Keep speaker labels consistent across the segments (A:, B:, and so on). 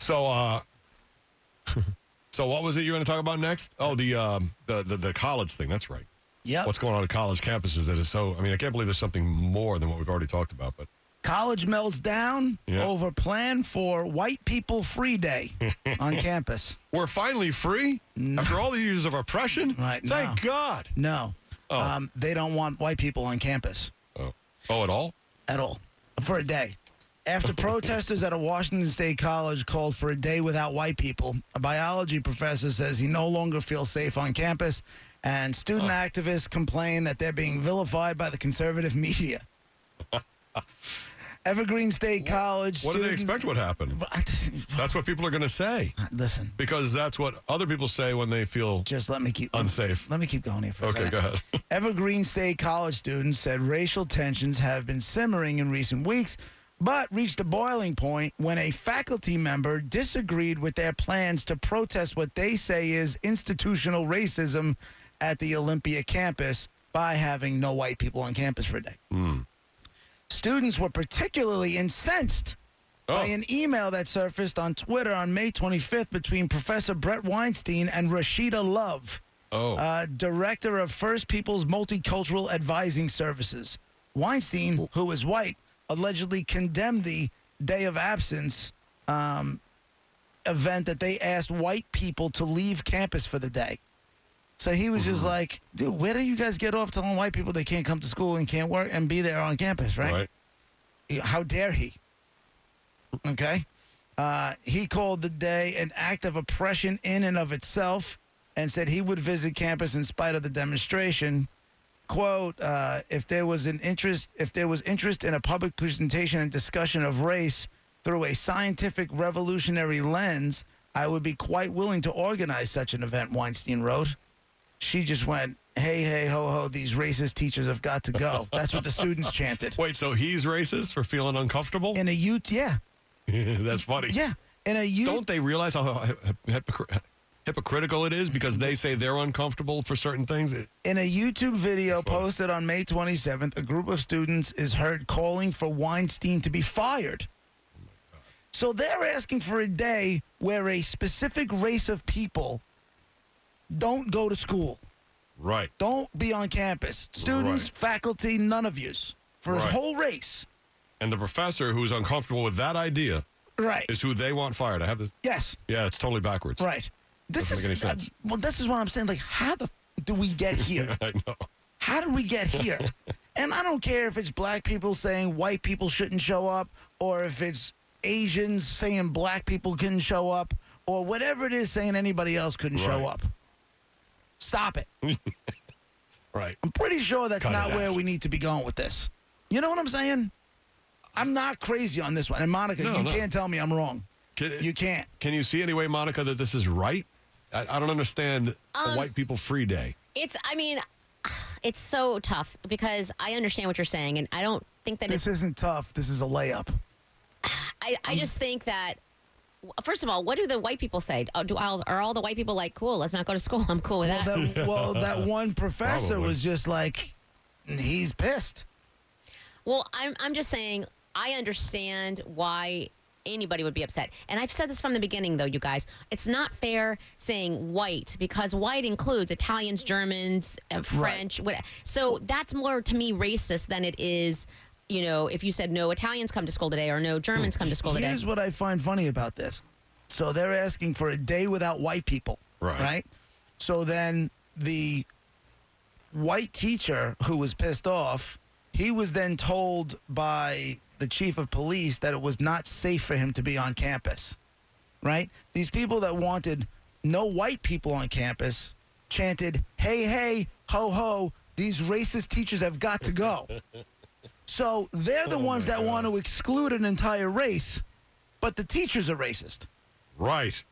A: So, uh, so what was it you were going to talk about next? Oh, the um, the, the the college thing. That's right.
B: Yep.
A: What's going on at college campuses that is so? I mean, I can't believe there's something more than what we've already talked about. But
B: College melts down
A: Yeah.
B: over plan for white people free day on campus.
A: we're finally free after all the years of oppression.
B: Right,
A: Thank
B: no.
A: God.
B: No.
A: Oh.
B: Um, they don't want white people on campus
A: Oh, oh, at all?
B: at all for a day. After protesters at a Washington State college called for a day without white people, a biology professor says he no longer feels safe on campus, and student
A: Oh.
B: activists complain that they're being vilified by the conservative media. Evergreen State College.
A: What do they
B: students-
A: expect would happen? That's what people are going to say
B: Listen,
A: because that's what other people say when they feel
B: just let me keep
A: Unsafe.
B: Let me keep going here for a
A: okay.
B: second.
A: Go ahead.
B: Evergreen State college students said racial tensions have been simmering in recent weeks, but reached a boiling point when a faculty member disagreed with their plans to protest what they say is institutional racism at the Olympia campus by having no white people on campus for a day. Students were particularly incensed by
A: Oh,
B: an email that surfaced on Twitter on May 25th between Professor Brett Weinstein and Rashida Love
A: oh.
B: uh, director of First People's Multicultural Advising Services. Weinstein, who is white, allegedly condemned the day of absence um, event that they asked white people to leave campus for the day. So he was
A: Mm-hmm.
B: just like, dude, where do you guys get off telling white people they can't come to school and can't work and be there on campus,
A: right.
B: right? How dare he? Okay. Uh, he called the day an act of oppression in and of itself and said he would visit campus in spite of the demonstration. Quote, uh, if there was an interest, if there was interest in a public presentation and discussion of race through a scientific revolutionary lens, I would be quite willing to organize such an event, Weinstein wrote. She just went, hey, hey, ho, ho, these racist teachers have got to go. That's what the students chanted.
A: Wait. So he's racist for feeling uncomfortable?
B: In a youth, yeah,
A: that's funny.
B: yeah. In a youth,
A: Don't they realize how hy- hy- hypocr- hypocritical it is because they say they're uncomfortable for certain things? It-
B: In a YouTube video
A: That's funny.
B: posted on May 27th, a group of students is heard calling for Weinstein to be fired.
A: Oh,
B: So they're asking for a day where a specific race of people don't go to school,
A: Right.
B: don't be on campus. Students,
A: Right.
B: faculty, none of yous. For his
A: Right.
B: whole race.
A: And the professor who's uncomfortable with that idea
B: Right.
A: is who they want fired. I have the
B: Yes.
A: yeah. It's totally backwards.
B: Right. This
A: Doesn't
B: is
A: make any sense.
B: uh, well, this is what I'm saying. Like, how the f- do we get here?
A: I know.
B: How did we get here? and I don't care if it's black people saying white people shouldn't show up, or if it's Asians saying black people couldn't show up, or whatever it is saying anybody else couldn't show
A: Right.
B: up. Stop it.
A: Right.
B: I'm pretty sure that's
A: Mm. Cut it
B: not
A: out.
B: where we need to be going with this. You know what I'm saying? I'm not crazy on this one. And Monica,
A: No,
B: you
A: no.
B: can't tell me I'm wrong.
A: Can,
B: You can't.
A: can you see any way, Monica, that this is right? I, I don't understand the white people free day.
C: It's, I mean, it's so tough because I understand what you're saying, and I don't think that
B: This
C: it's.
B: isn't tough. This is a layup.
C: I, I just think that. First of all, what do the white people say? Oh, do all, are all the white people like, cool, let's not go to school? I'm cool with that.
B: Well, that, well, that one professor
A: Probably.
B: was just like, he's pissed.
C: Well, I'm, I'm just saying, I understand why anybody would be upset. And I've said this from the beginning, though, you guys. It's not fair saying white because white includes Italians, Germans, uh, French. What, so that's more to me racist than it is, you know, if you said no Italians come to school today or no Germans come to school today.
B: Here's what I find funny about this. So they're asking for a day without white people,
A: Right.
B: Right. So then the white teacher who was pissed off, he was then told by the chief of police that it was not safe for him to be on campus. Right? These people that wanted no white people on campus chanted, "Hey, hey, ho, ho! These racist teachers have got to go." So
A: Oh
B: they're the ones that want to exclude an entire race, but the teachers are racist.
A: Right.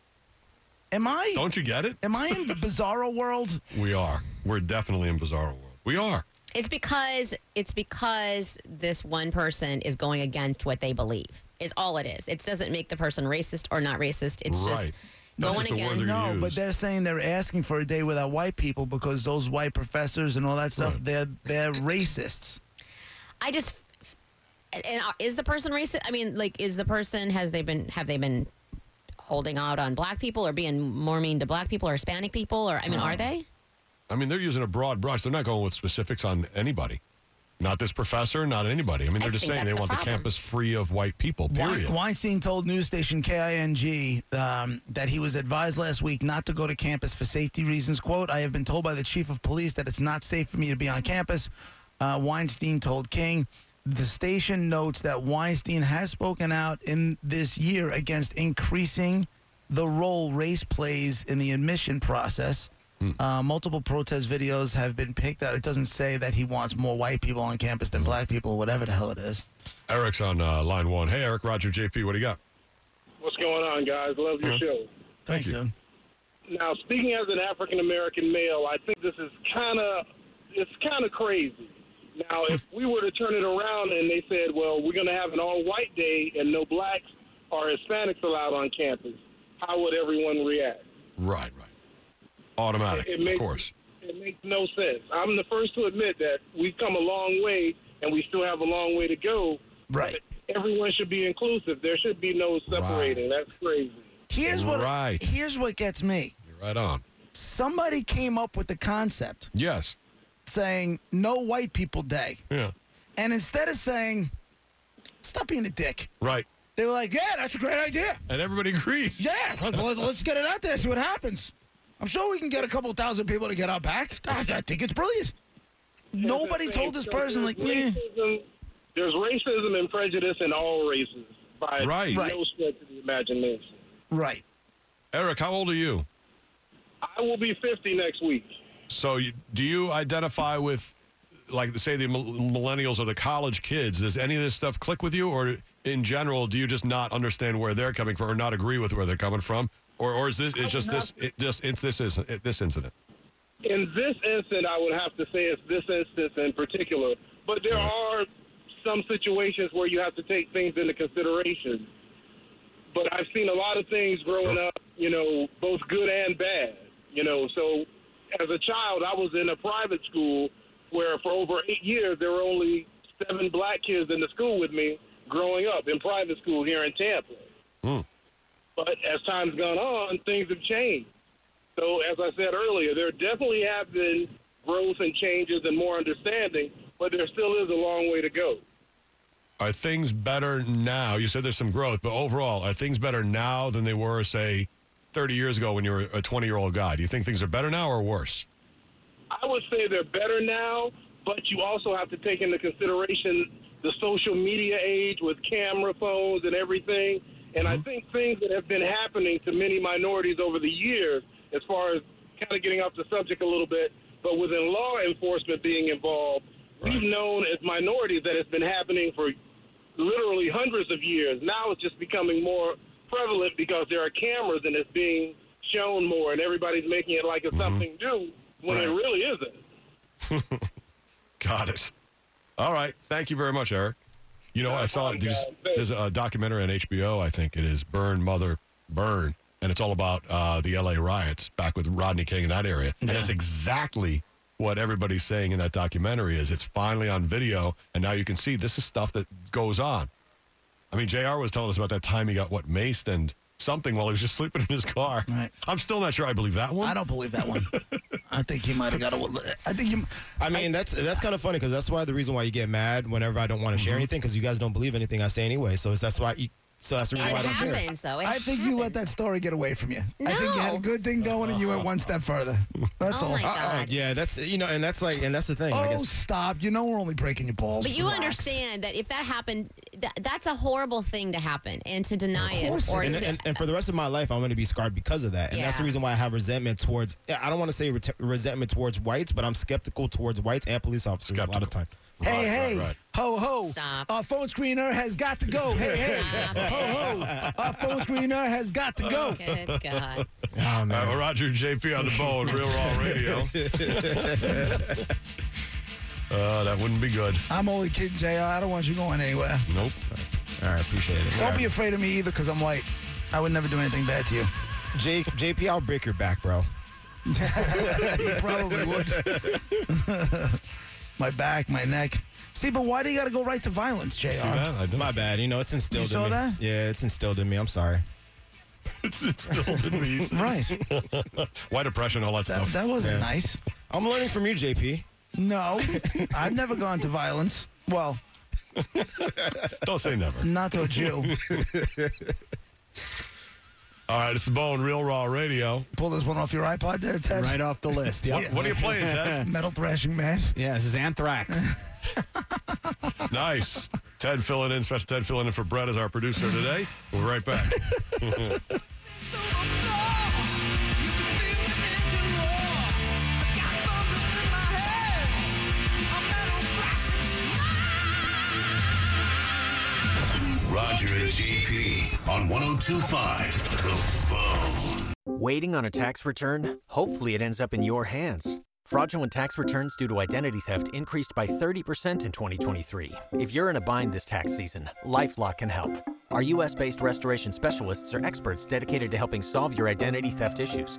B: Am I?
A: Don't you get it?
B: Am I in the bizarro world?
A: We are. We're definitely in bizarre world. We are.
C: It's because it's because this one person is going against what they believe. Is all it is. It doesn't make the person racist or not racist. It's
A: Right.
C: just
A: That's
C: going
A: just the word
C: against.
A: they're gonna
B: No, but
A: use.
B: they're saying they're asking for a day without white people because those white professors and all that stuff
A: Right.
B: they're they're racists.
C: I just and- and is the person racist? I mean, like, is the person has they been have they been holding out on black people or being more mean to black people or Hispanic people or I mean, are they?
A: I mean, they're using a broad brush. They're not going with specifics on anybody. Not this professor, not anybody. I mean,
C: I
A: they're just
C: think
A: saying they
C: that's the
A: want the
C: problem.
A: campus free of white people,
B: Wein-
A: period.
B: Weinstein told news station KING um, that he was advised last week not to go to campus for safety reasons. "Quote: I have been told by the chief of police that it's not safe for me to be on campus." Uh, Weinstein told King. The station notes that Weinstein has spoken out in this year against increasing the role race plays in the admission process. Uh, multiple protest videos have been picked up. It doesn't say that he wants more white people on campus than black people, whatever the hell it is.
A: Eric's on uh, line one. Hey, Eric, Roger, JP, what do you got?
D: What's going on, guys? Love
A: Mm-hmm.
D: your show.
B: Thanks, dude.
D: Now, speaking as an African American male, I think this is kind of it's kind of crazy. Now, if we were to turn it around and they said, "Well, we're going to have an all-white day and no blacks or Hispanics allowed on campus," how would everyone react?
A: Right, right. Automatic,
D: It
A: of
D: makes-
A: course.
D: It makes no sense. I'm the first to admit that we've come a long way and we still have a long way to go.
B: Right.
D: But everyone should be inclusive. There should be no separating. That's crazy.
B: Here's what
A: Right.
B: here's what gets me.
A: You're right on.
B: Somebody came up with the concept
A: Yes.
B: saying no white people day.
A: Yeah.
B: And instead of saying stop being a dick,
A: Right.
B: they were like, "Yeah, that's a great idea.
A: And everybody agrees.
B: Yeah, let- let- let's get it out there see what happens. I'm sure we can get a couple thousand people to get out back. I, I think it's brilliant." Nobody
D: It's the same
B: told this
D: thing.
B: person like,
D: There's
B: "Yeah."
D: racism- There's racism and prejudice in all races by
A: Right.
B: Right.
D: no stretch of the imagination.
B: Right.
A: Eric, how old are you?
D: I will be 50 next week.
A: So, you, do you identify with, like, say, the mil- millennials or the college kids? Does any of this stuff click with you, or in general, do you just not understand where they're coming from, or not agree with where they're coming from, or or is this it's just this it just it's this is it, this incident?
D: In this instance, I would have to say it's this instance in particular. But there are some situations where you have to take things into consideration. But I've seen a lot of things growing
A: Sure.
D: up, you know, both good and bad. You know, so as a child, I was in a private school where for over eight years there were only seven black kids in the school with me growing up in private school here in Tampa. But as time's gone on, things have changed. So, as I said earlier, there definitely have been growth and changes and more understanding, but there still is a long way to go.
A: Are things better now? You said there's some growth, but overall, are things better now than they were, say, 30 years ago when you were a 20 year old guy? Do you think things are better now or worse?
D: I would say they're better now, but you also have to take into consideration the social media age with camera phones and everything. And I think things that have been happening to many minorities over the years, as far as kind of getting off the subject a little bit, but within law enforcement being involved,
A: Right.
D: we've known as minorities that it's been happening for literally hundreds of years. Now it's just becoming more prevalent because there are cameras and it's being shown more, and everybody's making it like it's something new when it
B: Right.
D: really isn't.
A: Got it. All right. Thank you very much, Eric. You know, I saw
D: problem,
A: there's,
D: guys. Thanks.
A: there's a documentary on HBO, I think it is Burn, Mother, Burn. And it's all about uh, the LA riots back with Rodney King in that area. And that's exactly what everybody's saying in that documentary is it's finally on video. And now you can see this is stuff that goes on. I mean, JR was telling us about that time he got, what, maced and something while he was just sleeping in his car.
B: Right.
A: I'm still not sure I believe that one.
B: I don't believe that one. I think he might have got a I think you
E: I mean, that's that's kind of funny because that's why the reason why you get mad whenever I don't want to share anything because you guys don't believe anything I say anyway. So it's, that's why. You, so that's the
C: It
E: reason why I don't share.
C: happens though. It
B: I think you let that story get away from you. I think you had a
C: No.
B: good thing going and you went one step further. That's
C: Oh
B: all.
C: my
E: Uh-uh.
C: God.
E: Yeah, that's you know, and that's like, and that's the thing.
B: Oh,
E: like it's-
B: stop. You know we're only breaking your balls.
C: But you
B: Relax.
C: understand that if that happened, that, that's a horrible thing to happen, and to deny it or
E: and,
C: to,
E: and, and for the rest of my life, I'm going to be scarred because of that. And that's the
C: Yeah.
E: reason why I have resentment towards, yeah, I don't want to say ret- resentment towards whites, but I'm skeptical towards whites and police officers a lot of
A: Skeptical.
E: time.
B: Hey,
A: Right,
B: hey,
A: right, right.
B: ho, ho.
C: Stop.
B: Our phone screener has got to go. Hey, hey,
C: Stop
B: ho, ho. Our phone screener has got to go.
C: Good God.
E: Oh,
A: All right,
E: man.
A: well, Uh, Roger and JP on the bone, Real Raw Radio. uh, that wouldn't be good.
B: I'm only kidding, JR. I don't want you going anywhere.
A: Nope.
E: All right, appreciate it.
B: Don't be afraid of me either because I'm white. I would never do anything bad to you.
E: J- JP, I'll break your back, bro.
B: You probably would. my back, my neck. See, but why do you got to go right to violence, JR?
A: See that? I didn't
E: My
A: see-
E: bad. You know, it's instilled
B: saw
E: in me.
B: that?
E: Yeah, it's instilled in me. I'm sorry.
A: It's, it's still in me.
B: Right.
A: White oppression, all that
B: That,
A: stuff.
B: that wasn't
E: Yeah.
B: nice.
E: I'm learning from you, JP.
B: No, I've never gone to violence. Well,
A: Don't say never.
B: not to a Jew.
A: All right, it's the bone, Real Raw Radio.
B: Pull this one off your iPod there, Ted.
F: Right off the list. Yep.
A: What are you playing, Ted?
B: Metal thrashing man.
F: Yeah, this is Anthrax.
A: nice. Ted filling in, special Ted filling in for Brett as our producer today. We'll be right back.
G: Roger and JP on 1025 The Bone.
H: Waiting on a tax return? Hopefully, it ends up in your hands. Fraudulent tax returns due to identity theft increased by 30% in 2023. If you're in a bind this tax season, LifeLock can help. Our US based restoration specialists are experts dedicated to helping solve your identity theft issues.